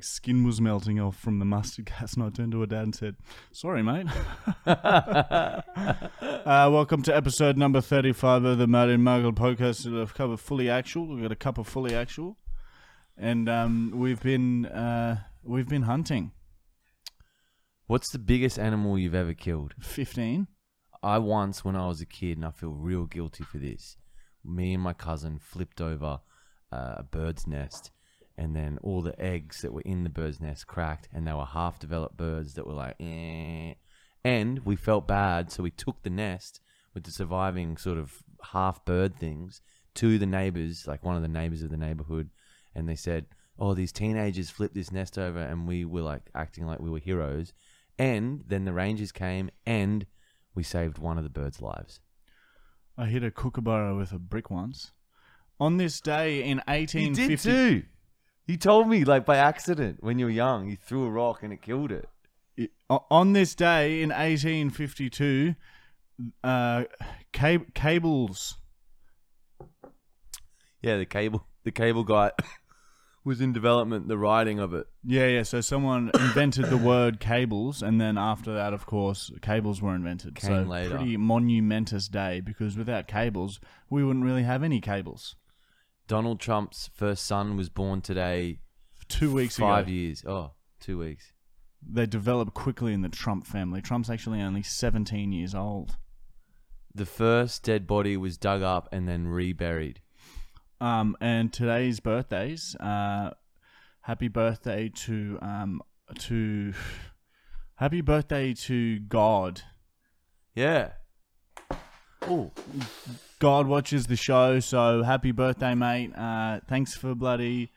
skin was melting off from the mustard gas, and I turned to her dad and said, "Sorry, mate." uh, welcome to episode number thirty-five of the Martin Margle podcast. We've covered fully actual. We've got a cup of fully actual, and um, we've been uh, we've been hunting What's the biggest animal you've ever killed? fifteen. I once, when I was a kid, and I feel real guilty for this, me and my cousin flipped over uh, a bird's nest, and then all the eggs that were in the bird's nest cracked, and they were half developed birds that were like, eh. And we felt bad, so we took the nest with the surviving sort of half bird things to the neighbors, like one of the neighbors of the neighborhood, and they said, Oh, these teenagers flipped this nest over, and we were like acting like we were heroes. And then the rangers came and we saved one of the birds' lives. I hit a kookaburra with a brick once. On this day in You eighteen did fifty, too. You told me like by accident when you were young, you threw a rock and it killed it. it- o- on this day in 1852, uh, cab- cables. Yeah, the cable, the cable guy was in development, the writing of it. Yeah, yeah. So someone invented the word cables, and then after that, of course, cables were invented. Came so later. pretty monumentous day because without cables, we wouldn't really have any cables. Donald Trump's first son was born today. Two weeks five ago, years. Oh, two weeks. they developed quickly in the Trump family. Trump's actually only 17 years old. The first dead body was dug up and then reburied. Um, and today's birthdays. Uh, happy birthday to um to happy birthday to God. Yeah. Oh, God watches the show, so happy birthday, mate. Uh, thanks for bloody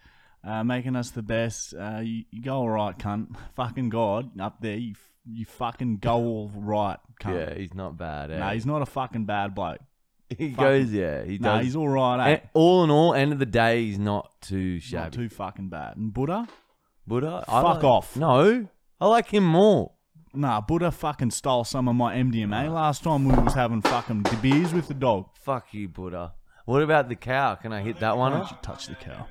uh, making us the best. Uh, you, you go all right, cunt. Fucking God up there, you f- you fucking go all right, yeah. cunt. He's not bad. Eh? nah, he's not a fucking bad bloke. he goes. Yeah, he does. Nah, he's all right, eh? And all in all, end of the day, he's not too shabby. Not too fucking bad. And Buddha? Buddha, Fuck like- off. No, I like him more. Nah, Buddha fucking stole some of my MDMA last time we was having fucking beers with the dog. Fuck you, Buddha. What about the cow? Can I hit that one? Why don't you up? touch the cow?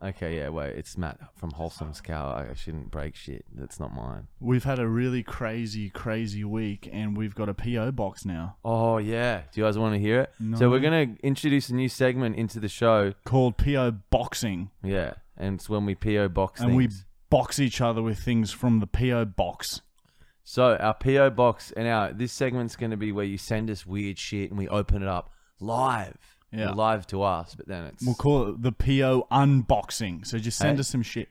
Okay, yeah, wait. It's Matt from Wholesome's cow. I I shouldn't break shit. That's not mine. We've had a really crazy, crazy week, and we've got a PO box now Oh yeah. Do you guys want to hear it? No. So we're gonna introduce a new segment into the show. called PO boxing, Yeah, and it's when we PO box and we things. box each other with things from the PO box. So our PO box and our this segment's going to be where you send us weird shit and we open it up live. Yeah. Well, live to us, but then it's We'll call it the PO unboxing. So just send Hey. us some shit.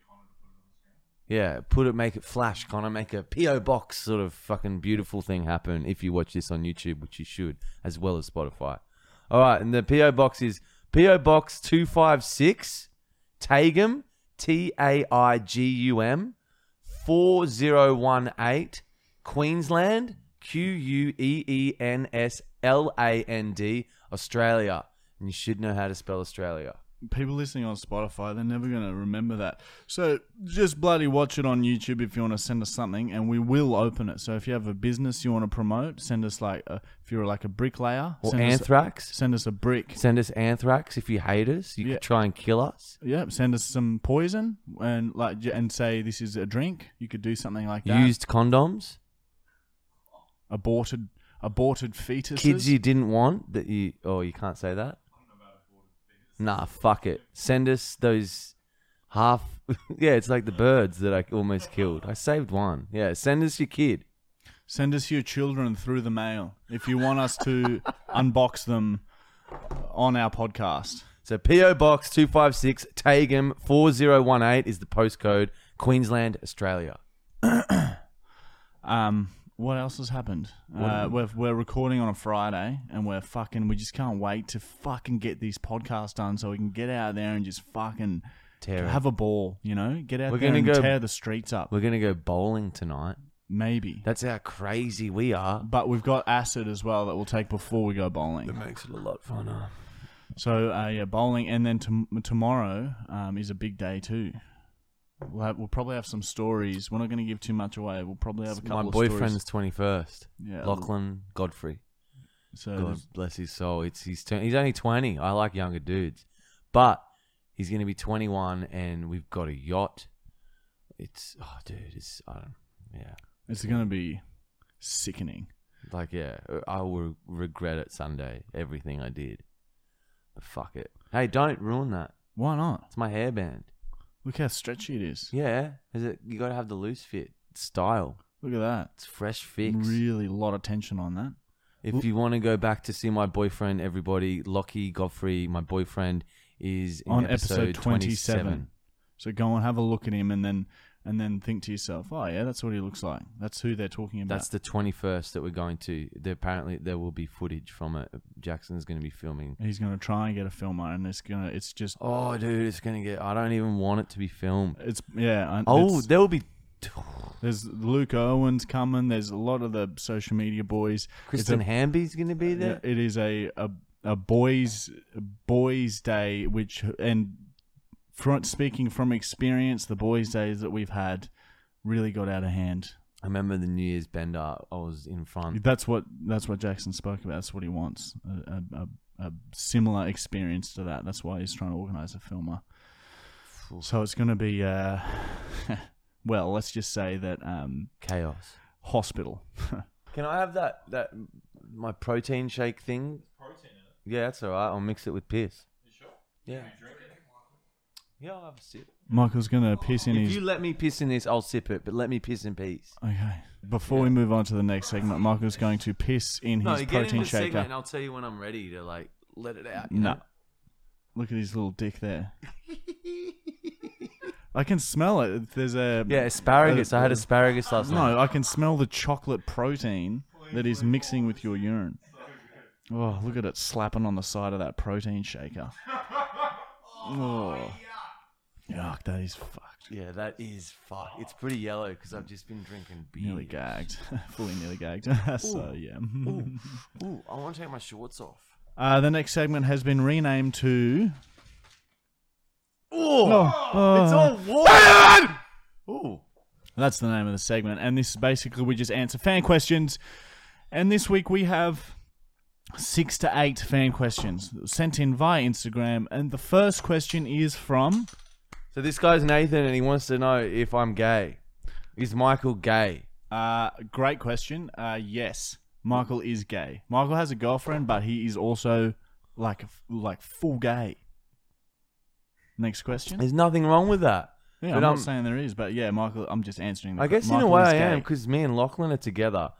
yeah. Put it, make it flash, kind of make a PO box sort of fucking beautiful thing happen. If you watch this on YouTube, which you should, as well as Spotify. All right, and the PO box is PO Box two five six, Tagum, T A I G U M, four zero one eight, Queensland, Q U E E N S L A N D, Australia. And you should know how to spell Australia. People listening on Spotify, they're never going to remember that. So just bloody watch it on YouTube if you want to send us something, and we will open it. So if you have a business you want to promote, send us like a, if you're like a bricklayer, Or send us- anthrax. send us a brick. Send us anthrax if you hate us. You Yeah. could try and kill us. Yeah, send us some poison and like j- and say this is a drink. You could do something like that. Used condoms. aborted aborted fetuses. Kids you didn't want that you. Oh, you can't say that. Nah, fuck it. Send us those half. yeah, it's like the birds that I almost killed. I saved one. Yeah, send us your kid. send us your children through the mail if you want us to unbox them on our podcast. So PO Box two five six Tagum four zero one eight is the postcode. Queensland, Australia. Um, what else has happened? Uh, we're we're recording on a Friday and we're fucking. We just can't wait to fucking get this podcast done so we can get out there and just fucking Tear it. have a ball. You know, get out We're there gonna and go- tear the streets up. We're gonna go bowling tonight. Maybe. That's how crazy we are. But we've got acid as well that we'll take before we go bowling. makes it a lot funner. So uh, yeah, bowling, and then tom tomorrow um, is a big day too. We'll, have, we'll probably have some stories. We're not going to give too much away. We'll probably have a couple. My of boyfriend's Stories. twenty first. Yeah. Lachlan Godfrey. So God there's- bless his soul. It's he's turn, he's only twenty. I like younger dudes, but he's going to be twenty one, and we've got a yacht. It's oh, dude, it's I don't, yeah, It's gonna be sickening. like yeah, I will regret it Sunday everything I did. But fuck it. Hey, don't ruin that. Why not? It's my hairband. Look how stretchy it is. Yeah, is it? You got to have the loose fit style. Look at that. It's fresh fix. Really, a lot of tension on that. If you want to go back to see my boyfriend, everybody, Lockie Godfrey, my boyfriend is in On episode, episode 27. So go and have a look at him, and then and then think to yourself, oh yeah, that's what he looks like. That's who they're talking about. That's the 21st that we're going to. There, apparently, there will be footage from it. Jackson's going to be filming. He's gonna try and get a filmer, and it's gonna. It's just. Oh, dude, it's going to get. I don't even want it to be filmed. It's yeah. and Oh, it's- there will be. there's Luke Owens coming. There's a lot of the social media boys. Kristen Hamby's going to be Yeah, there. it is a, a a boys boys day, which and from speaking from experience, the boys days that we've had really got out of hand. I remember the New Year's bender. I was in front. That's what that's what Jackson spoke about. That's what he wants. A, a, a, a similar experience to that. That's why he's trying to organize a filmer. So it's going to be, uh, well, let's just say that um, Chaos. hospital. Can I have that that my protein shake thing? Protein in it. Yeah, that's all right. I'll mix it with piss. You sure? Yeah. drink it? Yeah, I'll have a sip. Michael's going to piss in If his. you let me piss in this, I'll sip it, but let me piss in peace. Okay. Before we move on to the next segment, Michael's going to piss in No, his get in protein the shaker. segment and I'll tell you when I'm ready to like let it out. You No. Know? Look at his little dick there. I can smell it. There's a. Yeah, asparagus. I had asparagus last night. No, I can smell the chocolate protein that is mixing with your urine. Oh, look at it slapping on the side of that protein shaker. Oh, yuck! That is fucked. Yeah, that is fuck. It's pretty yellow because I've just been drinking beer. Nearly gagged, fully nearly gagged. so yeah. Ooh, I want to take my shorts off. Uh, the next segment has been renamed to. Ooh, Oh, oh. it's all warm. Ooh. That's the name of the segment. And this is basically we just answer fan questions. And this week we have six to eight fan questions sent in via Instagram. And the first question is from So this guy's Nathan, and he wants to know if I'm gay. Is Michael gay? uh, great question. Uh, yes, Michael is gay. Michael has a girlfriend, but he is also like like full gay. Next question. There's nothing wrong with that. Yeah, but I'm not I'm- saying there is, but yeah, Michael. I'm just answering. The I guess in a Michael way is I gay. am because me and Lachlan are together.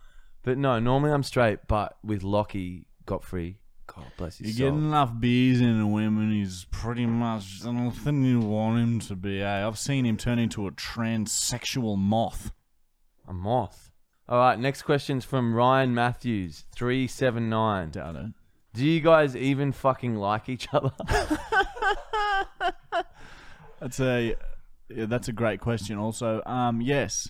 But no, normally I'm straight. But with Lockie Godfrey, God bless You his get soul. enough beers into him, and he's pretty much nothing you want him to be. Eh? I've seen him turn into a transsexual moth. a moth. All right, next question's from Ryan Matthews, three seven nine. Doubt it. Do you guys even fucking like each other? That's a yeah, that's a great question. Also, um, yes,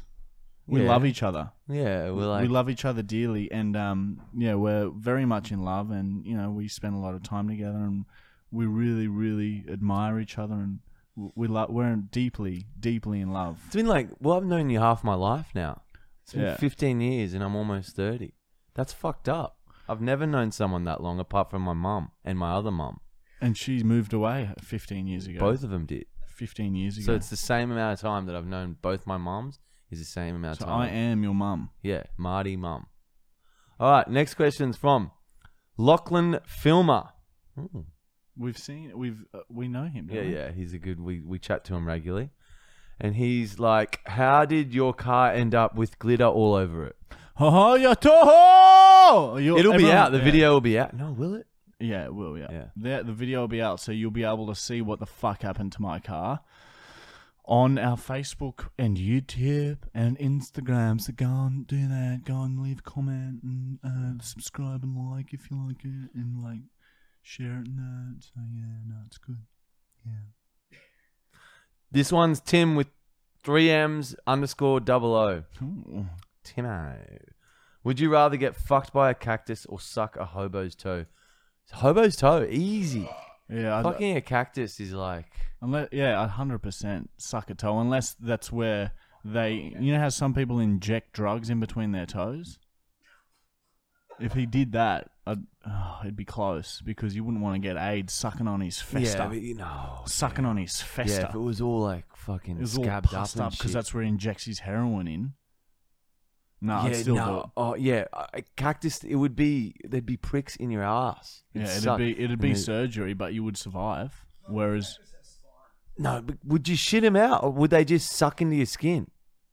we Yeah. love each other. yeah, we're like we love each other dearly, and um, yeah, we're very much in love, and you know, we spend a lot of time together, and we really, really admire each other, and w- we lo- we're deeply, deeply in love. It's been like, well, I've known you half my life now. It's been Yeah. 15 years and I'm almost 30. That's fucked up. I've never known someone that long apart from my mum and my other mum. And she moved away 15 years ago. Both of them did. 15 years ago. So it's the same amount of time that I've known both my mums is the same amount So of time. I am your mum. yeah, Marty mum. All right, next question's from Lachlan Filmer. Ooh. We've seen, we've, uh, we know him. don't Yeah, we? yeah, he's a good. We we chat to him regularly, and he's like, "How did your car end up with glitter all over it?" Oh, you're Toho! You're- It'll be everyone- out. The yeah. video will be out. No, will it? Yeah, it will, yeah. Yeah. The, the video will be out, so you'll be able to see what the fuck happened to my car on our Facebook and YouTube and Instagram. So go and do that. Go and leave a comment and uh, subscribe and like if you like it and like share it and that. So yeah, no, it's good. Yeah. This one's Tim with three M's underscore double O. Ooh. Timo. Would you rather get fucked by a cactus or suck a hobo's toe? Hobo's toe, easy. Yeah, I'd- Fucking a cactus is like. Unless, yeah, a hundred percent suck a toe. Unless that's where they, you know, how some people inject drugs in between their toes. If he did that, I'd, oh, it'd be close because you wouldn't want to get AIDS sucking on his festa. Yeah, but you know, sucking on his yeah. festa. if it was all like fucking it was all scabbed pussed up up and because shit. that's where he injects his heroin in. No, I'd yeah, still do it. no, oh yeah, I- cactus. It would be there'd be pricks in your ass. It'd Yeah, it'd suck. be it'd And be then- surgery, but you would survive. Whereas, No, but would you shit him out, or would they just suck into your skin?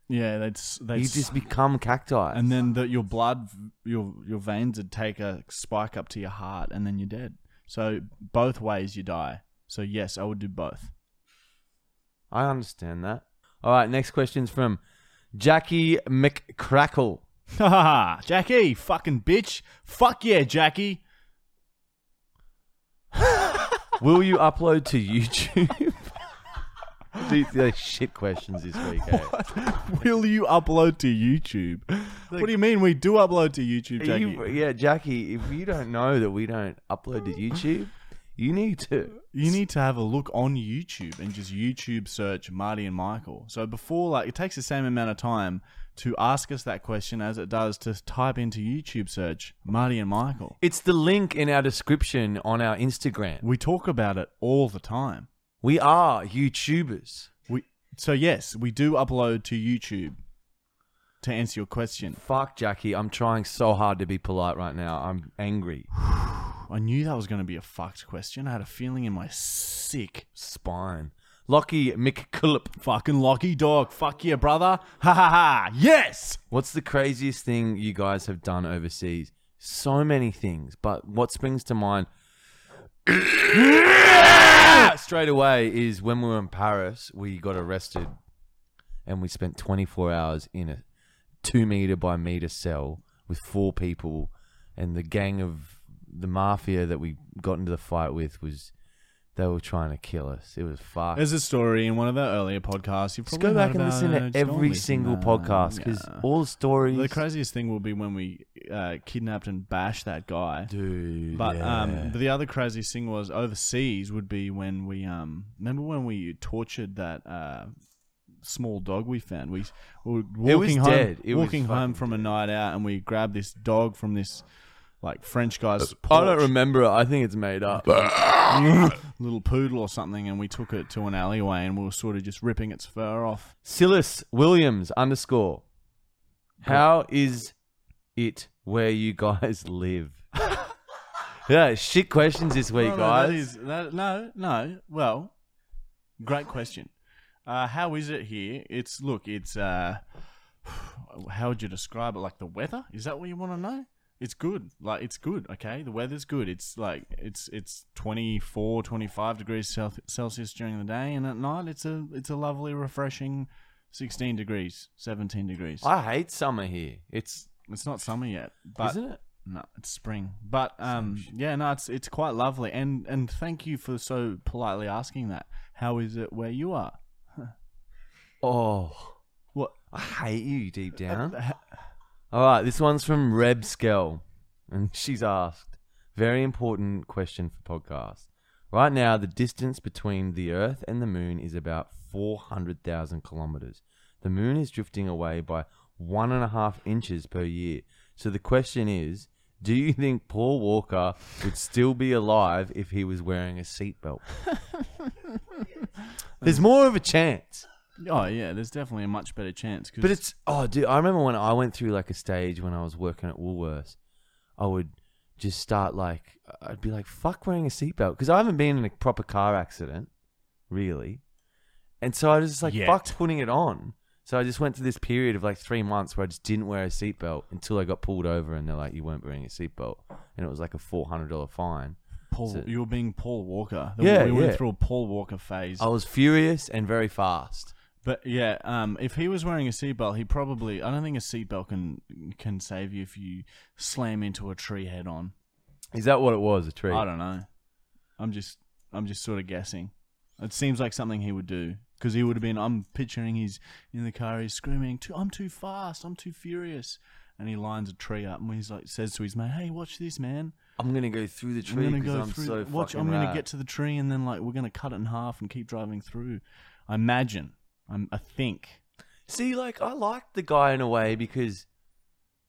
yeah, they'd s- they'd You s- just become cacti. and then the, your blood, your your veins would take a spike up to your heart, and then you're dead. So both ways you die. So yes, I would do both. I understand that. All right, next question's from Jackie McCrackle. Ha ha ha! Jackie, fucking bitch. Fuck yeah, Jackie. Will you upload to YouTube? These these shit questions this week. eh? Will you upload to YouTube? what do you mean we do upload to YouTube, Are Jackie? you- yeah, Jackie, if you don't know that we don't upload to YouTube, you need to. You need to have a look on YouTube and just YouTube search Marty and Michael. So before, like, it takes the same amount of time to ask us that question as it does to type into YouTube search Marty and Michael. It's the link in our description on our Instagram. We talk about it all the time. We are YouTubers. We so yes, we do upload to YouTube. To answer your question, Fuck, Jackie, I'm trying so hard to be polite right now. I'm angry. I knew that was going to be a fucked question. I had a feeling in my sick Spine. Lockie McCullop. fucking lucky dog. Fuck yeah, brother. Ha ha ha. Yes. What's the craziest thing you guys have done overseas? So many things, but what springs to mind straight away is when we were in Paris, we got arrested and we spent 24 hours in a two meter by meter cell with four people, and the gang of the mafia that we got into the fight with was they were trying to kill us. It was fucked. There's a story in one of our earlier podcasts. You Just probably Ah. go back heard and about listen it. to Just go and every listen single to- podcast because Yeah. all the stories. the craziest thing will be when we uh, kidnapped and bashed that guy. Dude. But yeah. um, but the other craziest thing was overseas would be when we um remember when we tortured that uh, small dog we found. We, we were walking It was home, dead. It was walking home fucking from a night out, and we grabbed this dog from this like French guy's. I don't porch. remember it. I think it's made up. little poodle or something, and we took it to an alleyway, and we were sort of just ripping its fur off. Silas Williams underscore. How is it where you guys live? yeah, shit questions this week, no, guys. No, that is, that, no, no. Well, great question. Uh, how is it here? It's look, it's uh, how would you describe it? Like the weather? Is that what you want to know? It's good. Like it's good. Okay, the weather's good. It's like it's it's 24, 25 degrees Cel- Celsius during the day, and at night it's a it's a lovely, refreshing. 16 degrees, 17 degrees. I hate summer here. It's It's not summer yet, but isn't it? no, it's spring. But um, yeah, no, it's it's quite lovely, and and thank you for so politely asking that. How is it where you are? Oh, What? I hate you deep down. ha- All right, this one's from Reb Skell, and she's asked very important question for podcast. Right now, the distance between the Earth and the Moon is about four hundred thousand kilometers. The Moon is drifting away by one and a half inches per year. So the question is, do you think Paul Walker would still be alive if he was wearing a seatbelt? There's more of a chance. Oh yeah, there's definitely a much better chance. Cause But it's oh, dude! I remember when I went through like a stage when I was working at Woolworths, I would just start like I'd be like, "Fuck wearing a seatbelt," because I haven't been in a proper car accident, really, and so I was just like, Yet. "Fuck putting it on." So I just went through this period of like three months where I just didn't wear a seatbelt until I got pulled over and they're like, "You weren't wearing a seatbelt," and it was like a four hundred dollar fine. Paul, so- you were being Paul Walker. Yeah, we went yeah. through a Paul Walker phase. I was furious and very fast. But yeah, um, if he was wearing a seatbelt, he probably. I don't think a seatbelt can can save you if you slam into a tree head on. Is that what it was? A tree? I don't know. I'm just I'm just sort of guessing. It seems like something he would do because he would have been. I'm picturing he's in the car. He's screaming, too, "I'm too fast! I'm too furious!" And he lines a tree up and he's like, says to his mate, "Hey, watch this, man! I'm gonna go through the I'm tree gonna because go I'm through. so watch, fucking I'm gonna rad." get to the tree and then like we're gonna cut it in half and keep driving through." I imagine. I'm, I think. See, like I liked the guy in a way because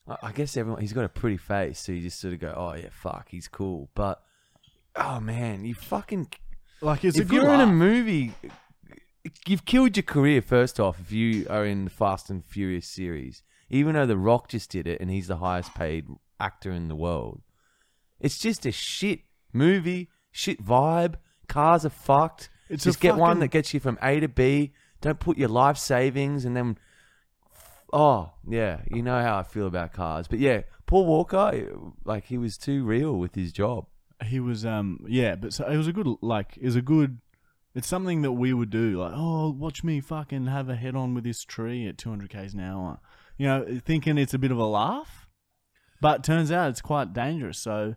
I, I guess everyone he's got a pretty face, so you just sort of go, oh yeah, fuck, he's cool. But oh man, you fucking Like it's a if good you're in a laugh. movie, you've killed your career. First off, if you are in the Fast and Furious series, even though The Rock just did it and he's the highest paid actor in the world, it's just a shit movie, shit vibe. Cars are fucked. It's a just get one fucking- that gets you from A to B. Don't put your life savings and then. Oh yeah, you know how I feel about cars, but yeah, Paul Walker, like he was too real with his job. he was um yeah, but so it was a good like it was a good it's something that we would do like oh watch me fucking have a head on with this tree at 200 k's an hour. You know, thinking it's a bit of a laugh, but turns out it's quite dangerous. So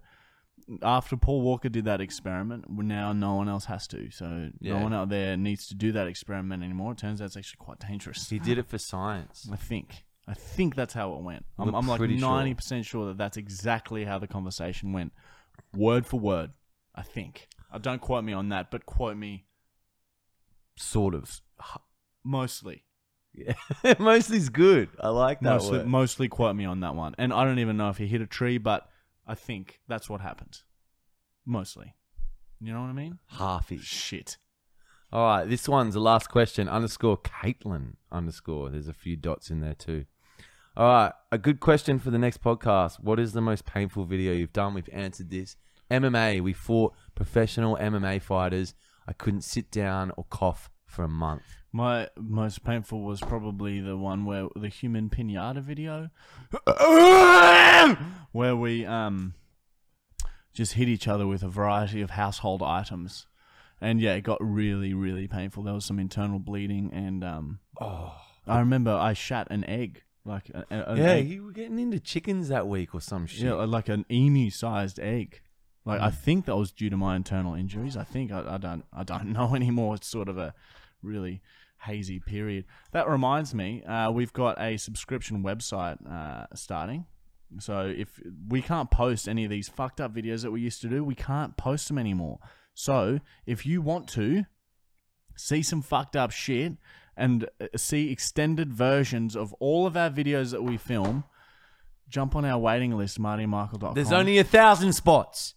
after Paul Walker did that experiment, well, now no one else has to. So Yeah. no one out there needs to do that experiment anymore. It turns out it's actually quite dangerous. He did it for science. I think. I think that's how it went. I'm, We're I'm like pretty sure. 90% sure. that that's exactly how the conversation went, word for word. I think. Uh, don't quote me on that, but quote me Sort of. mostly. Yeah. Mostly's good. I like that Mostly, word. mostly quote me on that one. And I don't even know if he hit a tree, but I think that's what happened. Mostly. You know what I mean? Halfish. Shit. All right, this one's the last question. Underscore Caitlin underscore. There's a few dots in there too. All right, a good question for the next podcast. What is the most painful video you've done? We've answered this. MMA. We fought professional MMA fighters. I couldn't sit down or cough for a month. My most painful was probably the one where the human pinata video, where we um just hit each other with a variety of household items, and yeah, it got really really painful. There was some internal bleeding, and um Oh, I remember I shat an egg like a, a- an yeah. egg, You were getting into chickens that week or some shit. Mm. yeah, like an emu sized egg. Like I think that was due to my internal injuries. I think I, I don't I don't know anymore. It's sort of a really hazy period. That reminds me, uh, we've got a subscription website uh, starting. So if we can't post any of these fucked up videos that we used to do, we can't post them anymore. So if you want to see some fucked up shit and uh, see extended versions of all of our videos that we film, jump on our waiting list, martymichael.com. There's only a thousand spots.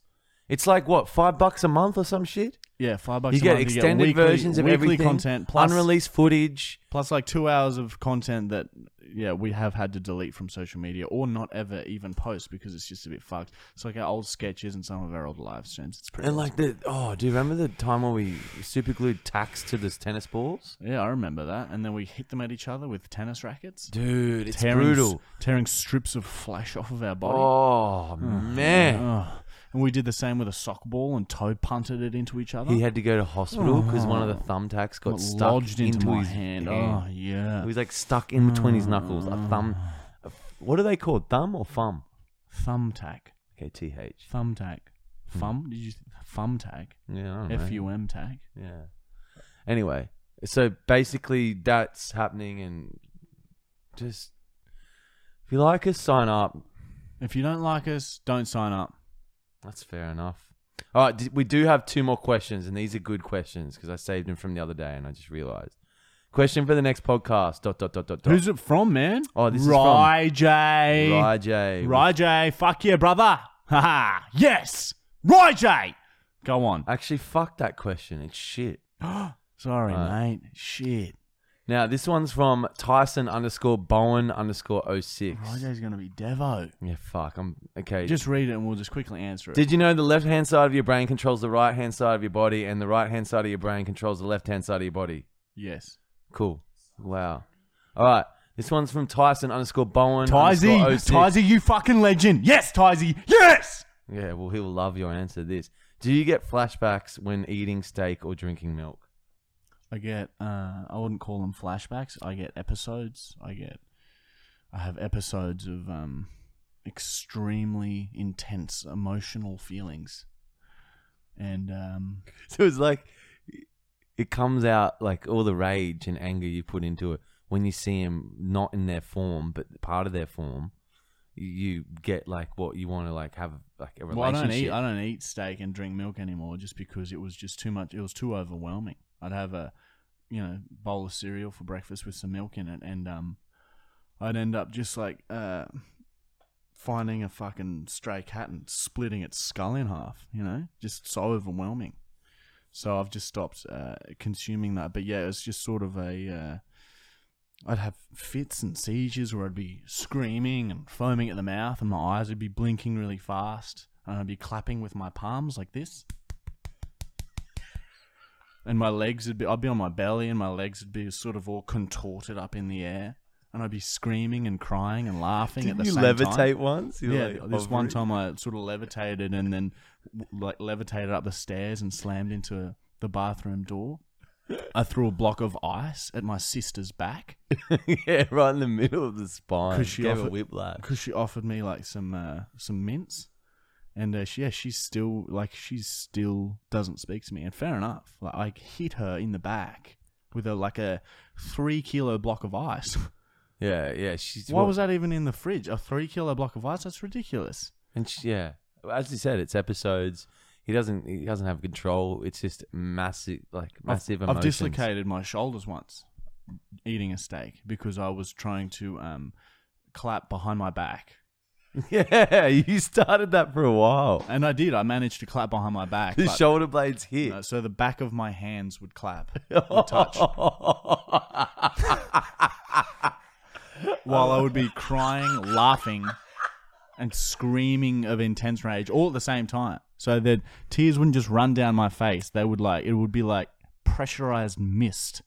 It's like what five bucks a month or some shit. yeah five bucks. You a get month, extended weekly- versions of weekly everything, content plus unreleased footage. plus like two hours of content that yeah we have had to delete from social media or not ever even post because it's just a bit fucked. It's like our old sketches and some of our old live streams. It's pretty And like the oh, do you remember the time where we super glued tacks to this tennis balls? yeah, I remember that. And then we hit them at each other with tennis rackets, Dude, it's tearing brutal. tearing strips of flesh off of our body. Oh Hmm. man, Ugh. And we did the same with a sock ball and toe punted it into each other. he had to go to hospital because one of the thumbtacks got Oh. Got stuck lodged into, my his hand. Oh Oh. It yeah, was like stuck in between his knuckles. A thumb. a- What are they called? Thumb or thumb? thumbtack, Okay, T H. thumbtack, Hmm. thumb. Did you thumbtack? Yeah, I don't know. F U M tack. Yeah. Anyway, so basically that's happening, and just if you like us, sign up. If you don't like us, don't sign up. That's fair enough. All right, d- we do have two more questions, and these are good questions because I saved them from the other day, and I just realized. Question for the next podcast. Dot dot dot dot dot. Who's it from, man? Oh, this is Rai J. Rai J. Rai J. Fuck yeah, brother. Haha. Yes. Rai J. Go on. Actually, fuck that question. It's shit. Sorry, Right. mate. Shit. Now this one's from Tyson underscore Bowen underscore 06. Rai J's Oh, gonna be Devo. Yeah, fuck. I'm okay. Just read it and we'll just quickly answer it. Did you know the left hand side of your brain controls the right hand side of your body, and the right hand side of your brain controls the left hand side of your body? yes. Cool. Wow. All right. This one's from Tyson underscore Bowen. Tizey. underscore 06. Tizey, you fucking legend. Yes, Tizey. Yes. Yeah, well, he'll love your answer to this. Do you get flashbacks when eating steak or drinking milk? I get uh I wouldn't call them flashbacks. I get episodes. I get I have episodes of um extremely intense emotional feelings. And um So it's like it comes out like all the rage and anger you put into it when you see them not in their form, but part of their form. You get like what you want to like have like a relationship. well, I don't eat I don't eat steak and drink milk anymore just because it was just too much it was too overwhelming. I'd have a you know, bowl of cereal for breakfast with some milk in it and um I'd end up just like uh finding a fucking stray cat and splitting its skull in half. You know, just so overwhelming. So I've just stopped uh, consuming that. But yeah, it's just sort of a. Uh, I'd have fits and seizures where I'd be screaming and foaming at the mouth, and my eyes would be blinking really fast, and I'd be clapping with my palms like this. And my legs would be, I'd be on my belly, and my legs would be sort of all contorted up in the air, and I'd be screaming and crying and laughing at the you same levitate time. once? You're Yeah, like, this oh, one really? time I sort of levitated and then w- like levitated up the stairs and slammed into the bathroom door. I threw a block of ice at my sister's back yeah, right in the middle of the spine. 'Cause she Gave her offered- whiplash. because she offered me like some uh, some mints, and uh, she, yeah, she's still like she still doesn't speak to me. And fair enough, like I hit her in the back with a like a three kilo block of ice. Yeah, yeah. She's Why was that even in the fridge? A three kilo block of ice? That's ridiculous. And she, yeah, as you said, it's episodes. He doesn't. He doesn't have control. It's just massive, like massive I've, I've emotions. dislocated my shoulders once eating a steak because I was trying to um, clap behind my back. Yeah, you started that for a while. And I did. I managed to clap behind my back. The but- shoulder blades hit. no, so the back of my hands would clap, would touch, while Oh. I would be crying, laughing, and screaming of intense rage all at the same time. So that tears wouldn't just run down my face. They would like, it would be like pressurized mist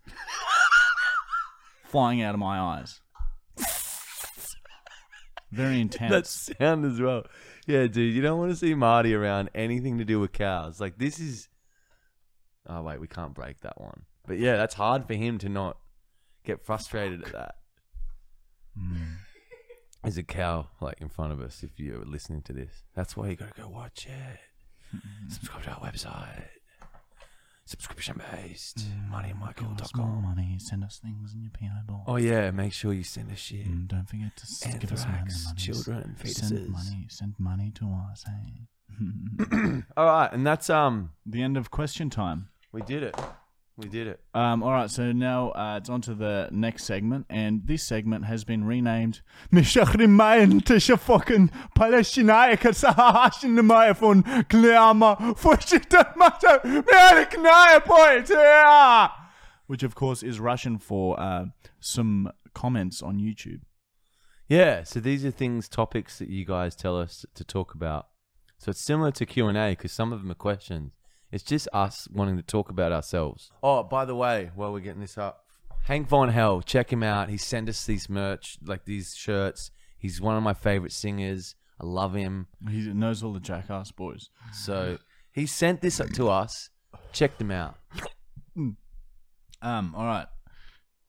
flying out of my eyes. Very intense. that sound as well. Yeah, dude, you don't want to see Marty around anything to do with cows. Like this is. Oh wait, we can't break that one. But yeah, that's hard for him to not get frustrated at that. There's a cow like in front of us. If you're listening to this, that's why you gotta go watch it. Subscribe to our website. Subscription based. Give us more MoneyandMichael.com. money. Send us things in your PO box. Oh yeah, make sure you send us shit. And don't forget to s- give us money. Anthrax, money. children, Send fetuses. money. Send money to us. Hey. All right, and that's um, The end of question time. we did it. We did it. Um, all right, so now uh, it's on to the next segment, and this segment has been renamed Mishachrimayan Tisha fucking Palestinaik Sahashin Namaya von Kleama Fushita Mata Mealiknaya Point, yeah! Which, of course, is Russian for uh, some comments on YouTube. Yeah, so these are things, topics that you guys tell us to talk about. So it's similar to Q and A because some of them are questions. It's just us wanting to talk about ourselves. Oh, by the way, while we're getting this up, Hank Von Hell, check him out. He sent us these merch, like these shirts. He's one of my favorite singers. I love him. He knows all the jackass boys. So he sent this to us. Check them out. Um, all right.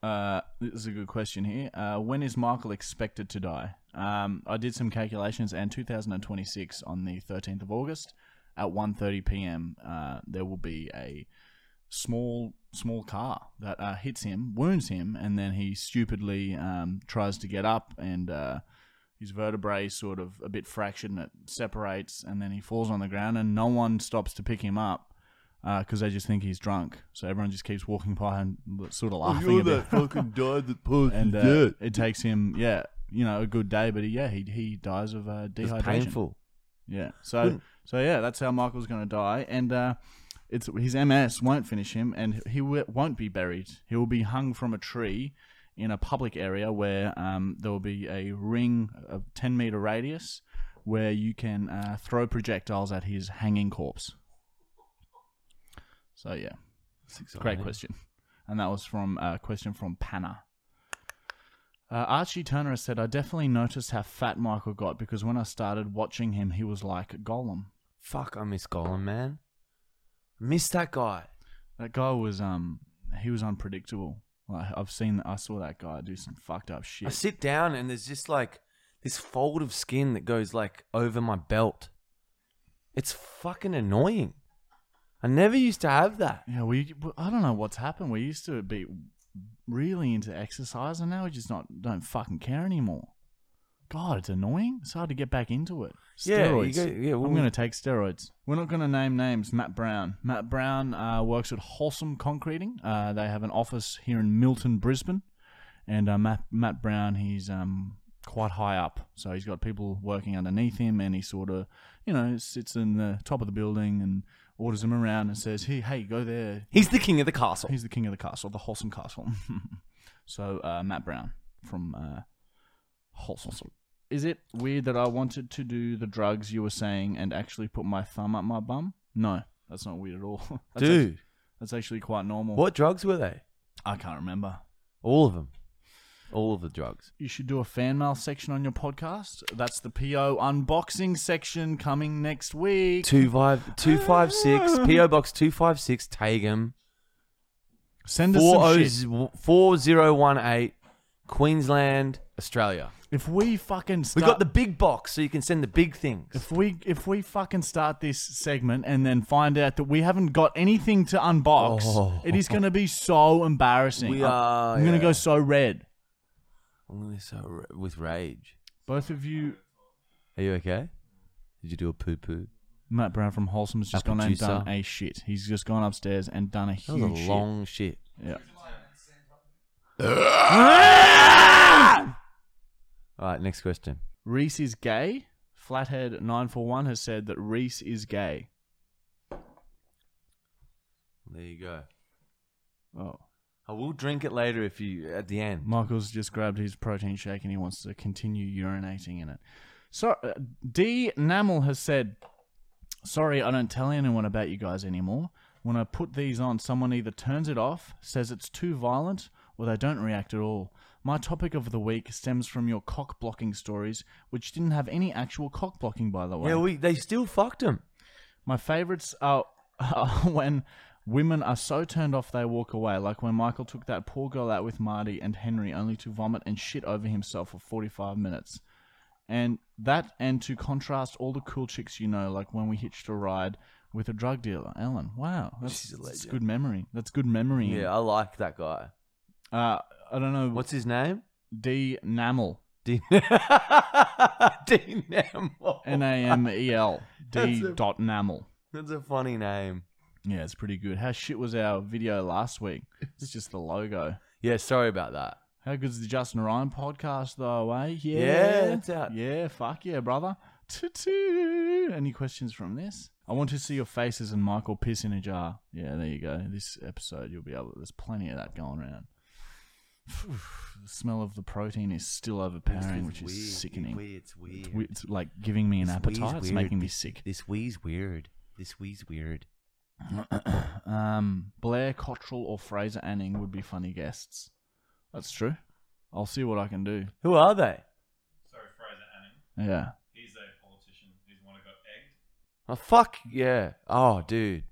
Uh, this is a good question here. Uh, when is Michael expected to die? Um, I did some calculations, and 2026 on the 13th of August at 1:30 p.m. Uh, there will be a small small car that uh, hits him, wounds him, and then he stupidly um, tries to get up, and uh, his vertebrae sort of a bit fractured, and it separates, and then he falls on the ground, and no one stops to pick him up because they just think he's drunk. So everyone just keeps walking by and l- sort of laughing at him. Oh, fucking died that posted And uh, it takes him, yeah, you know, a good day, but he, yeah, he he dies of uh, It's dehydration. painful. Yeah. So so yeah, that's how Michael's going to die, and uh, it's his MS won't finish him, and he w- won't be buried. He will be hung from a tree in a public area where um, there will be a ring of ten meter radius where you can uh, throw projectiles at his hanging corpse. So yeah, great question, and that was from a question from Panna. Uh, Archie Turner has said, I definitely noticed how fat Michael got because when I started watching him, he was like Gollum. Fuck, I miss Gollum, man. I miss that guy. That guy was um he was unpredictable. Like I've seen I saw that guy do some fucked up I shit. sit down and there's just like this fold of skin that goes like over my belt. It's fucking annoying. I never used to have that. Yeah, we I don't know what's happened. We used to be really into exercise and now we just not don't fucking care anymore. God, it's annoying. It's hard to get back into it. Yeah, you Steroids. go- yeah, well, I'm going to take steroids. We're not going to name names. Matt Brown. Matt Brown uh, works at Wholesome Concreting. Uh, they have an office here in Milton, Brisbane. And uh, Matt, Matt Brown, he's um, quite high up. So he's got people working underneath him, and he sort of, you know, sits in the top of the building and orders them around and says, "Hey, hey, go there. He's the king of the castle. He's the king of the castle, the wholesome castle." so uh, Matt Brown from uh, wholesome. Is it weird that I wanted to do the drugs you were saying and actually put my thumb up my bum? No, that's not weird at all. that's act- Dude, that's actually quite normal. what drugs were they? I can't remember. All of them. All of the drugs. You should do a fan mail section on your podcast. That's the PO unboxing section coming next week. Two five two five six PO Box two five six Tagum Send us some shit. 4018 Queensland, Australia. If we fucking We start, got the big box, so you can send the big things. if we if we fucking start this segment and then find out that we haven't got anything to unbox, Oh. it is going to be so embarrassing. We I'm- are, I'm, going yeah. to go so red. I'm gonna be so ra- with rage. Both of you, Are you okay? Did you do a poo poo? Matt Brown from Wholesome's just Our gone and done producer. a shit. He's just gone upstairs and done a That huge was a shit. long shit. Yeah. All right, next question. Reese is gay. Flathead nine four one has said that Reese is gay. There you go. Oh, I will drink it later if you at the end. Michael's just grabbed his protein shake and he wants to continue urinating in it. So uh, D Namel has said, "Sorry, I don't tell anyone about you guys anymore. When I put these on, someone either turns it off, says it's too violent, or they don't react at all." My topic of the week stems from your cock blocking stories, which didn't have any actual cock blocking, by the way. Yeah, we they still fucked him. My favorites are, are when women are so turned off they walk away, like when Michael took that poor girl out with Marty and Henry only to vomit and shit over himself for 45 minutes. And that, and to contrast all the cool chicks you know, like when we hitched a ride with a drug dealer, Ellen. Wow, that's, She's a that's legend. good memory. That's good memory. Yeah, I like that guy. Uh, I don't know. What's his name? D Namel. D. D. N Namel. A M E L. D dot Namel. That's a funny name. Yeah, it's pretty good. How shit was our video last week? It's just the logo. Yeah, sorry about that. How good's the Justin Ryan podcast though, eh? Yeah, Yeah, it's out. Yeah, fuck yeah, brother. Toot-toot. Any questions from this? I want to see your faces and Michael piss in a jar. Yeah, there you go. This episode, you'll be able. There's plenty of that going around. the smell of the protein is still overpowering, which is sickening. It's weird. It's we- It's like giving me an This wee's appetite. It's weird. making me sick. This wee's weird. This wee's weird. um, Blair Cottrell or Fraser Anning would be funny guests. That's true. I'll see what I can do. Who are they? Sorry, Fraser Anning. Yeah. He's a politician. He's the one who got egged. Oh fuck yeah! Oh dude.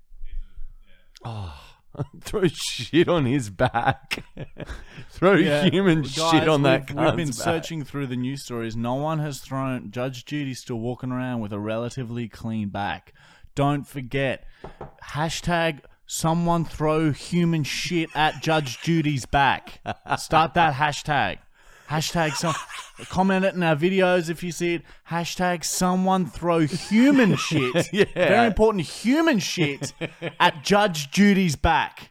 Oh, throw shit on his back. throw Yeah. human Guys, shit on that. we've, we've been cunt's back. searching through the news stories. No one has thrown Judge Judy still walking around with a relatively clean back. Don't forget hashtag someone throw human shit at Judge Judy's back. Start that hashtag. Hashtag some comment it in our videos if you see it. Hashtag someone throw human shit. Yeah. Very important human shit at Judge Judy's back.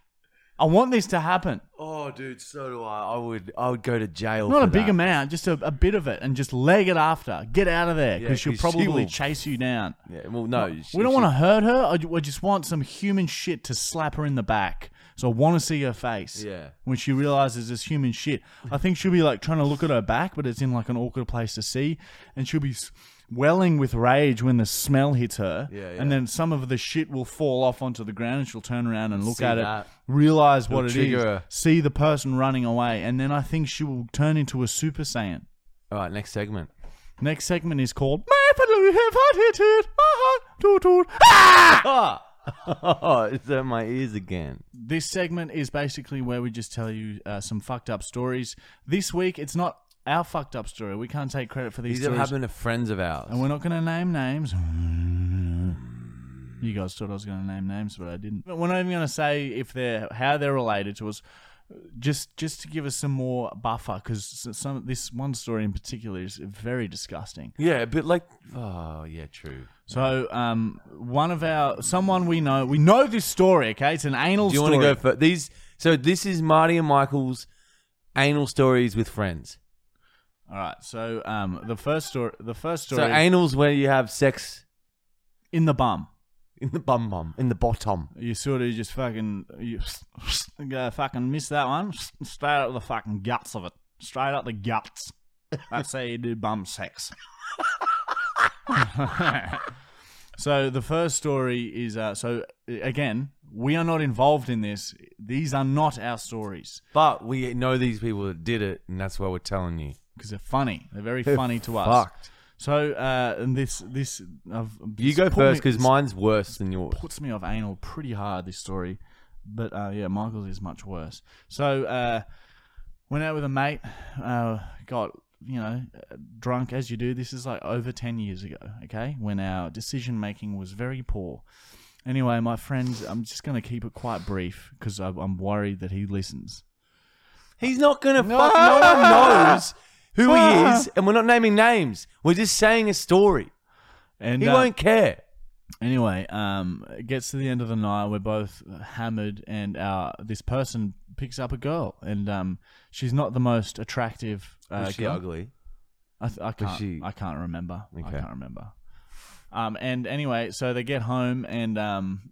I want this to happen. Oh, dude, so do I. I would, I would go to jail. Not for a big that. amount, just a, a bit of it, and just leg it after. Get out of there Yeah, because she'll 'cause she probably will- chase you down. Yeah, well, no, she- we don't she- want to hurt her. I, ju- I just want some human shit to slap her in the back. So I want to see her face. Yeah. When she realizes it's human shit, I think she'll be like trying to look at her back, but it's in like an awkward place to see, and she'll be s- welling with rage when the smell hits her. Yeah, yeah. And then some of the shit will fall off onto the ground, and she'll turn around and look See at that. it, realize what It'll it is, trigger her. see the person running away, and then I think she will turn into a super saiyan. All right, next segment. Next segment is called Maple Leaf Hot Hit Hit, ah, toot, toot, ah! Ah! Oh, it's at my ears again. this segment is basically where we just tell you uh, some fucked up stories. This week, it's not our fucked up story. We can't take credit for these These have stories, happened to friends of and ours. we're not going to name names. You guys thought I was going to name names, but I didn't. But We're not even going to say if they're how they're related to us. Just just to give us some more buffer, because some this one story in particular is very disgusting. Yeah, but like, oh yeah, true. So, um, one of our someone we know, we know this story. Okay, it's an anal Do you story. want to go for these? So this is Marty and Michael's anal stories with friends. All right. So um, the first story, the first story So anal's where you have sex in the bum. in the bum bum, in the bottom. You sort of just fucking you go fucking miss that one straight up the fucking guts of it, straight up the guts. That's how you do bum sex. so the first story is uh, so again we are not involved in this. These are not our stories But we know these people that did it, and that's why we're telling you. because they're funny. They're very funny to us. Fucked. So uh, and this this I've, You this go put first me- because mine's worse than yours. puts me off anal pretty hard. This story, but uh, yeah, Michael's is much worse. So uh, went out with a mate, uh, got you know drunk as you do. This is like over ten years ago. Okay, when our decision making was very poor. Anyway, my friend, I'm just gonna keep it quite brief because I'm worried that he listens. He's not gonna fuck. No one knows who he is, and we're not naming names. We're just saying a story. And He uh, won't care. Anyway, um, it gets to the end of the night. We're both hammered, and uh, this person picks up a girl, and um, she's not the most attractive. Uh, Was she girl. ugly? I, th- I can't. she- I can't remember. I Okay. can't remember. Um, and anyway, so they get home, and um,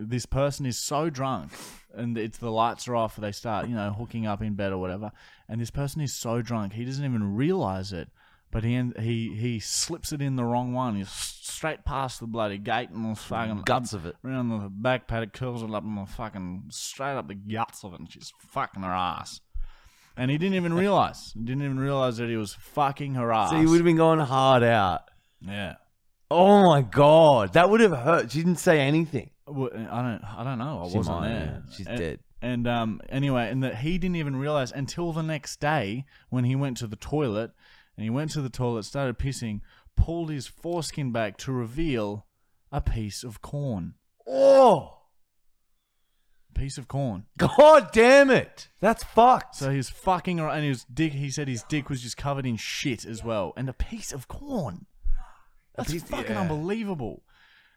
this person is so drunk, and it's the lights are off. They start, you know, hooking up in bed or whatever. And this person is so drunk, he doesn't even realize it. But he en- he he slips it in the wrong one. He's s- straight past the bloody gate and was fucking Guts of it. around the back paddock, curls it up and fucking straight up the guts of it, and she's fucking her ass. And he didn't even realize. Didn't even realize that he was fucking her ass. So he would have been going hard out. yeah. Oh my god, that would have hurt. She didn't say anything. Well, I don't. I don't know. I She wasn't might, there. yeah. She's and, dead. And um. Anyway, and that he didn't even realize until the next day when he went to the toilet, and he went to the toilet, started pissing, pulled his foreskin back to reveal a piece of corn. Oh Piece of corn. god, damn it! That's fucked. So he was fucking around, and his dick. He said his dick was just covered in shit as well, and a piece of corn. That's piece- fucking yeah. unbelievable.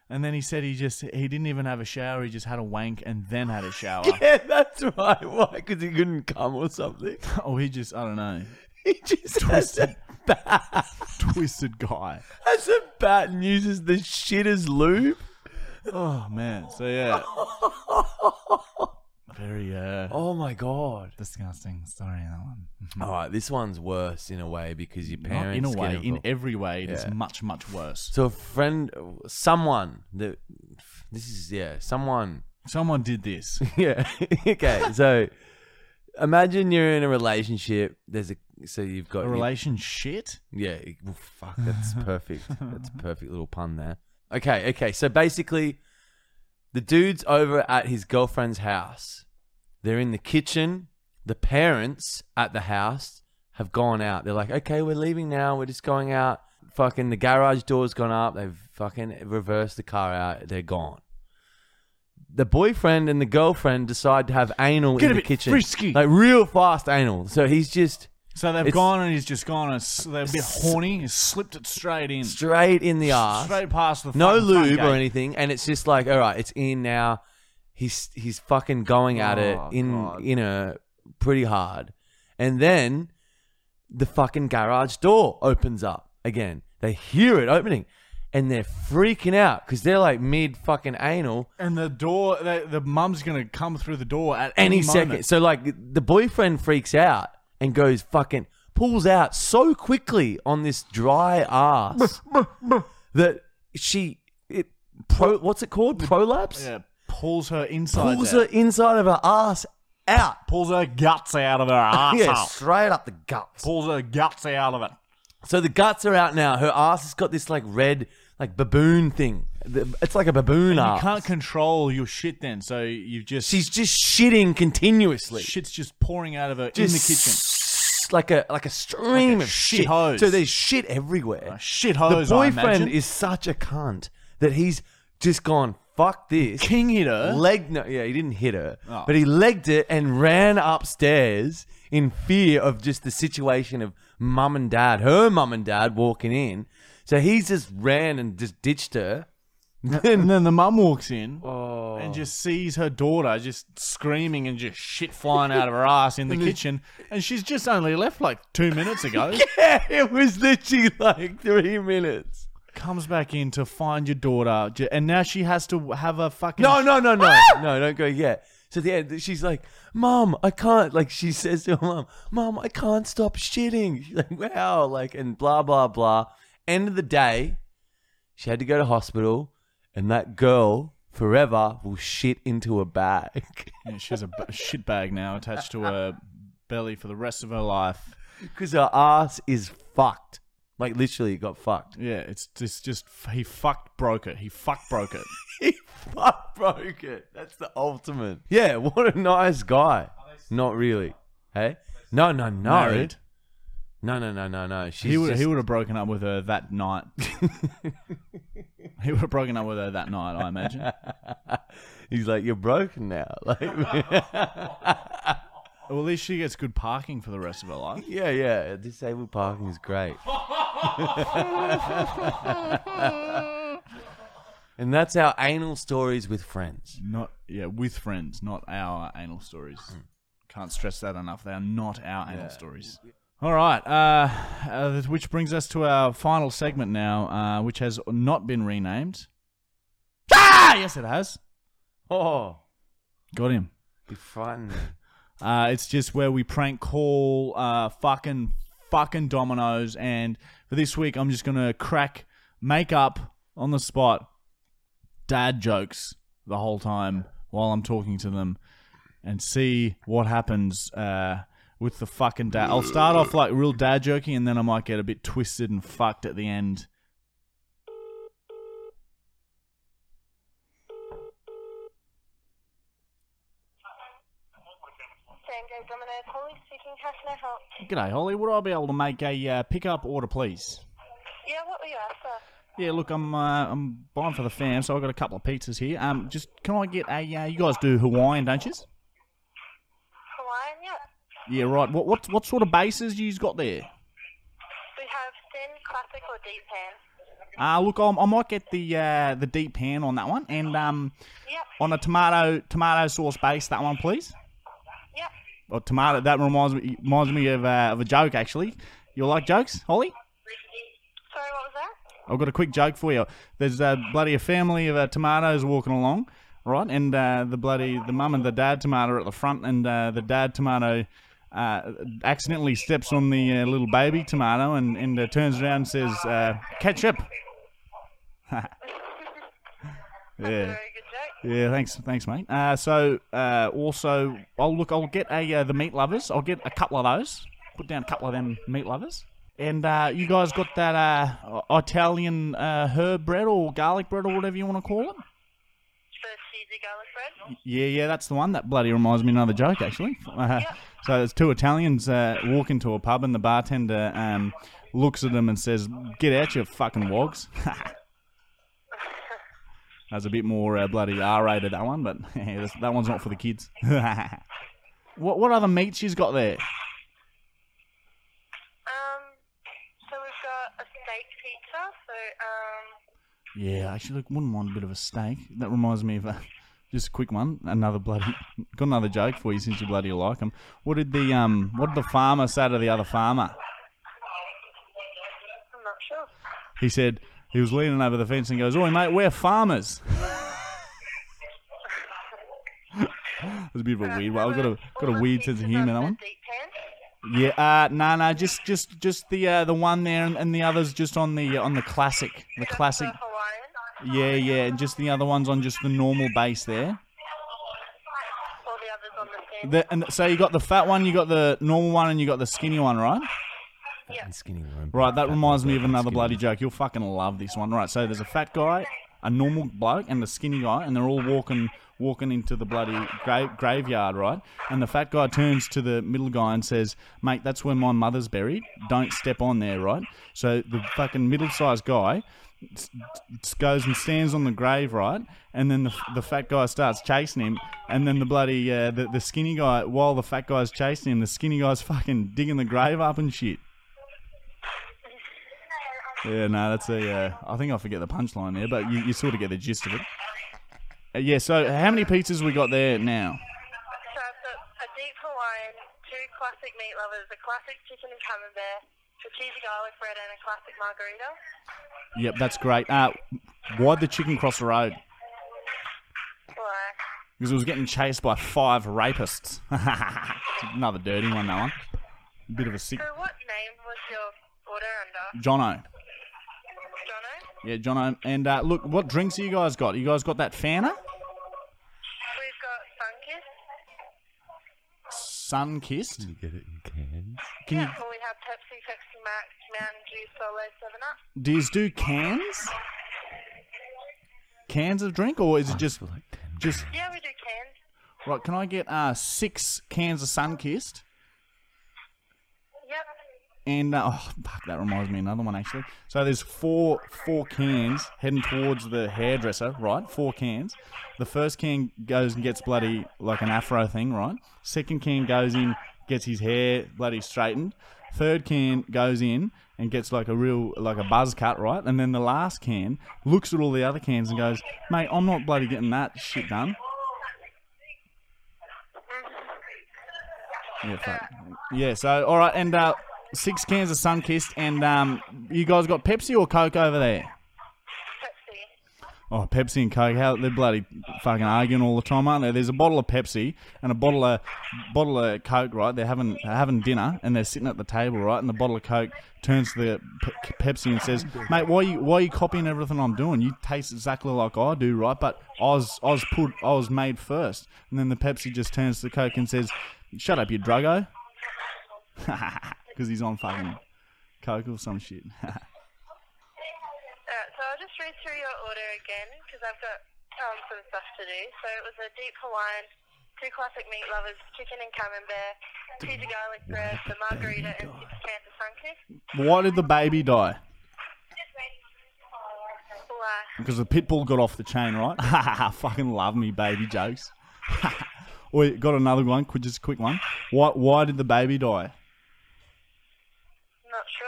And then he said he just he didn't even have a shower. He just had a wank and then had a shower. yeah, that's right. Why? Because he couldn't come or something. Or he just I don't know He just has a bat. twisted guy. Has a bat and uses the shit as lube. Oh man. So yeah. Very uh Oh my god. disgusting story that one. All right, this one's worse in a way because your Hmm. Not parents in a way, get in e- involved. every way, it is Yeah. much much worse. so a friend, someone that this is yeah, someone Someone did this. yeah. okay, so imagine you're in a relationship. There's a so you've got A your- relationship? Yeah. it- well, fuck, that's perfect. that's a perfect little pun there. Okay, okay. So basically, the dude's over at his girlfriend's house. They're in the kitchen. The parents at the house have gone out. They're like, okay, we're leaving now. We're just going out. Fucking the garage door's gone up. They've fucking reversed the car out. They're gone. The boyfriend and the girlfriend decide to have anal Get in a the bit kitchen. frisky. Like real fast anal. So he's just So they've It's- gone and he's just gone and s- they're a bit horny. He's slipped it straight in, straight in the ass. straight past the no fucking front lube gate. or anything, and it's just like, all right, it's in now. He's he's fucking going at it Oh, in God. in a pretty hard, and then the fucking garage door opens up again. They hear it opening, and they're freaking out because they're like mid fucking anal, And the door, the, the mum's gonna come through the door at any, any second. moment. So like the boyfriend freaks out and goes fucking pulls out so quickly on this dry ass that she it pro what's it called prolapse Yeah, pulls her inside. pulls out. her inside of her ass out pulls her guts out of her asshole. yeah straight up the guts Pulls her guts out of it. so the guts are out now her ass has got this like red like baboon thing The- it's like a baboon You ass can't control your shit then, so you've just Ah. she's just shitting continuously shit's just pouring out of her in the kitchen. kitchen like a like a stream Like a of shit shit, hose. so there's shit everywhere A shit hose. the I imagine. boyfriend is such a cunt that he's just gone fuck this king hit her. leg no yeah he didn't hit her Oh. but he legged it and ran upstairs in fear of just the situation of mum and dad her mum and dad walking in so he's just ran and just ditched her and then the mum walks in Oh. and just sees her daughter just screaming and just shit flying out of her ass in the kitchen, and she's just only left like two minutes ago. yeah, it was literally like three minutes. Comes back in to find your daughter, ju- and now she has to have a fucking No, no, no, no, no! Don't go yet. So at the end, she's like, "Mom, I can't." Like she says to her mom, "Mom, I can't stop shitting." She's like, "Wow!" Like and blah blah blah. End of the day, she had to go to hospital, and that girl forever will shit into a bag. Yeah, she has a b- shit bag now attached to her belly for the rest of her life. Because her ass is fucked. Like literally, it got fucked. Yeah, it's just, just he fucked broke it. He fucked broke it. He fuck broke it. That's the ultimate. Yeah, what a nice guy. Not really. Hey, no, no, no, Married. no, no, no, no, no. She's he would just, he would have broken up with her that night. he would have broken up with her that night, I imagine. He's like, you're broken now. Like, Well, at least she gets good parking for the rest of her life. yeah, yeah. Disabled parking is great. and that's our anal stories with friends. Not yeah, with friends, not our anal stories. Can't stress that enough. They are not our anal stories. All right, uh, uh, which brings us to our final segment now, uh, which has not been renamed. Ah, yes, it has. Oh, Got him. be frightened. Uh, it's just where we prank call uh, fucking fucking dominoes. And for this week, I'm just gonna crack make up on the spot dad jokes the whole time while I'm talking to them, and see what happens uh, with the fucking dad. I'll start off like real dad jokey, and then I might get a bit twisted and fucked at the end. Tango Domino Polly speaking. How can I help? G'day, Holly. Would I be able to make a uh, pickup order, please? Yeah, what were you after? Yeah, look, I'm uh, I'm buying for the fam, so I've got a couple of pizzas here. Um, just can I get a? Uh, you guys do Hawaiian, don't you? Hawaiian, yeah. Yeah, right. What what what sort of bases you got there? We have thin, classic, or deep pan. Uh look, I'm, I might get the uh, the deep pan on that one, and um, Yep, on a tomato tomato sauce base, that one, please. yep. Or tomato. That reminds me reminds me of uh, of a joke actually. You like jokes, Holly? Sorry, what was that? I've got a quick joke for you. There's uh, bloody a family of uh, tomatoes walking along, right? And uh, the bloody the mum and the dad tomato are at the front, and uh, the dad tomato uh, accidentally steps on the uh, little baby tomato and and uh, turns around and says, uh, "Ketchup." yeah. Very good joke. Yeah, thanks, thanks, mate. Uh, so, uh, also, I'll look. I'll get a uh, the meat lovers. I'll get a couple of those. Put down a couple of them meat lovers. And uh, you guys got that uh, Italian uh, herb bread or garlic bread or whatever you want to call it? The cheesy garlic bread. Um, Yeah, yeah, that's the one. That bloody reminds me of another joke, actually. Uh, so there's two Italians uh, walk into a pub, and the bartender um, looks at them and says, "Get out, you fucking wogs." that's a bit more uh, bloody R-rated that one, but that's- that one's not for the kids. what what other meats you've got there? Um, so we've got a steak pizza. So um, Yeah, actually, look, wouldn't mind a bit of a steak. That reminds me of a, just a quick one. Another bloody got another joke for you since you bloody like 'em. What did the um what did the farmer say to the other farmer? I'm not sure. He said he was leaning over the fence and goes, "Oi, mate, we're farmers." That's a bit of a weird one. I've got a got a weird sense of humour. That one. Deep pan. Yeah. Uh, no, no, just just just the uh, the one there, and, and the others just on the uh, on the classic, the classic. The Hawaiian. Yeah, yeah, and just the other ones on just the normal base there. All the others on the stand. The, and so you got the fat one, you got the normal one, and you got the skinny one, right? And skinny worm. Right, that Fucking reminds me of worm, another skinny bloody joke. You'll fucking love this one. Right, so there's a fat guy, a normal bloke, and the skinny guy, and they're all walking walking into the bloody gra- graveyard, right? And the fat guy turns to the middle guy and says, "Mate, that's where my mother's buried. Don't step on there, right?" So the fucking middle-sized guy s- s- goes and stands on the grave, right? And then the, the fat guy starts chasing him, and then the bloody uh, the, the skinny guy, while the fat guy's chasing him, the skinny guy's fucking digging the grave up and shit. Yeah, no, that's a. Uh, I think I forget the punchline there, but you, you sort of get the gist of it. Uh, yeah. So how many pizzas we got there now? So I've got a deep Hawaiian, two classic meat lovers, a classic chicken and camembert, a cheesy garlic bread, and a classic margarita. Yep, that's great. Uh, why'd the chicken cross the road? Like, Because it was getting chased by five rapists. Another dirty one, that one. Bit of a sick. so what name was your order under? Jono. Jono? Yeah, Jono. And uh, look, what drinks you guys got? You guys got that Fanta? We've got Sunkiss. Sun kissed. You get it in cans. Can Yeah, well, we have Pepsi, Pepsi Max, Mountain Dew, Solo, 7-Up. you, do you do cans? Cans of drink, or is it just for like ten. just Yeah, we do cans. right? Can I get uh six cans of sun kissed? Yep. And uh, oh fuck, that reminds me of another one actually. So there's four four cans heading towards the hairdresser, right? Four cans. The first can goes and gets bloody like an afro thing, right? Second can goes in, gets his hair bloody straightened. Third can goes in and gets like a real like a buzz cut, right? And then the last can looks at all the other cans and goes, "Mate, I'm not bloody getting that shit done." Yeah, fuck. Yeah, so all right, and uh, six cans of Sunkist, and um, you guys got Pepsi or Coke over there? Pepsi. Oh, Pepsi and Coke, how they're bloody fucking arguing all the time, aren't they? There's a bottle of Pepsi and a bottle of bottle of Coke, right? They're having they're having dinner and they're sitting at the table, right? And the bottle of Coke turns to the pe- Pepsi and says, "Mate, why you why you copying everything I'm doing? You taste exactly like I do, right? But I was I was put I was made first. And then the Pepsi just turns to the Coke and says, "Shut up, you druggo," because he's on fucking Coke or some shit. Alright, Uh, so I'll just read through your order again because I've got um, some stuff to do. So it was a deep Hawaiian, two classic meat lovers, chicken and camembert, cheesy garlic bread, the margarita, and six cans of sunkiss. why did the baby die? Why? Because the pit bull got off the chain, right? Fucking love me, baby jokes. we got another one, quick, just a quick one. Why, why did the baby die? Not sure.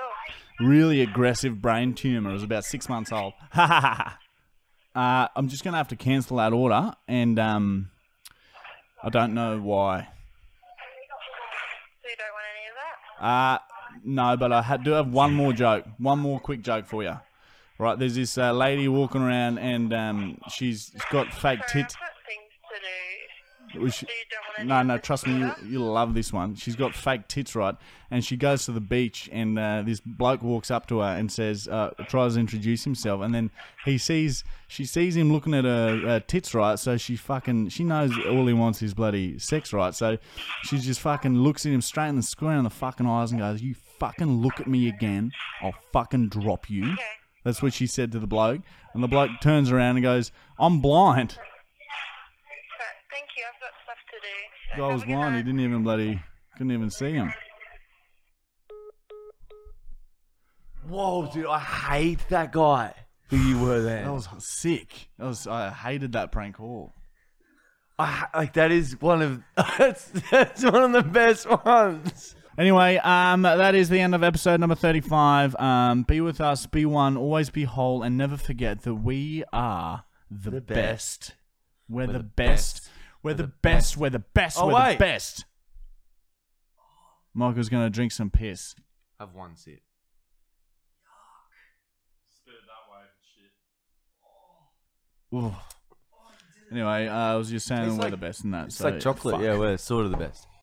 Really aggressive brain tumor. It was about six months old. uh, I'm just going to have to cancel that order, and um, I don't know why. So you don't want any of that? Uh, no, but I ha- do have one more joke. One more quick joke for you. Right, there's this uh, lady walking around, and um, she's got fake Sorry, tits. I've got things to do. Was she- So you don't want any No, of no, this trust me, you, order? you'll love this one. She's got fake tits, right? And she goes to the beach, and uh, this bloke walks up to her and says, uh, tries to introduce himself, and then he sees she sees him looking at her uh, tits, right? So she fucking she knows all he wants is bloody sex, right? So she just fucking looks at him straight in the square in the fucking eyes and goes, "You fucking look at me again, I'll fucking drop you." Okay. That's what she said to the bloke, and the bloke turns around and goes, "I'm blind." Alright, thank you. I've got stuff to do. Guy was Have a good blind. He night. didn't even bloody couldn't even see him. Whoa, dude! I hate that guy. Who you were then? That was sick. That was I hated that prank call. I, ha- like that is one of that's that's one of the best ones. Anyway, um, that is the end of episode number thirty-five. Um, be with us, be one, always be whole, and never forget that we are the, The best. best. We're, the, best. We're the best. We're the best. Oh, We're the wait. best. Michael's gonna drink some piss. Have one sip. Spit it that way if it's shit. Ooh. Anyway, uh, I was just saying Tastes we're like- the best in that. It's so like chocolate. fuck. Yeah, we're sort of the best.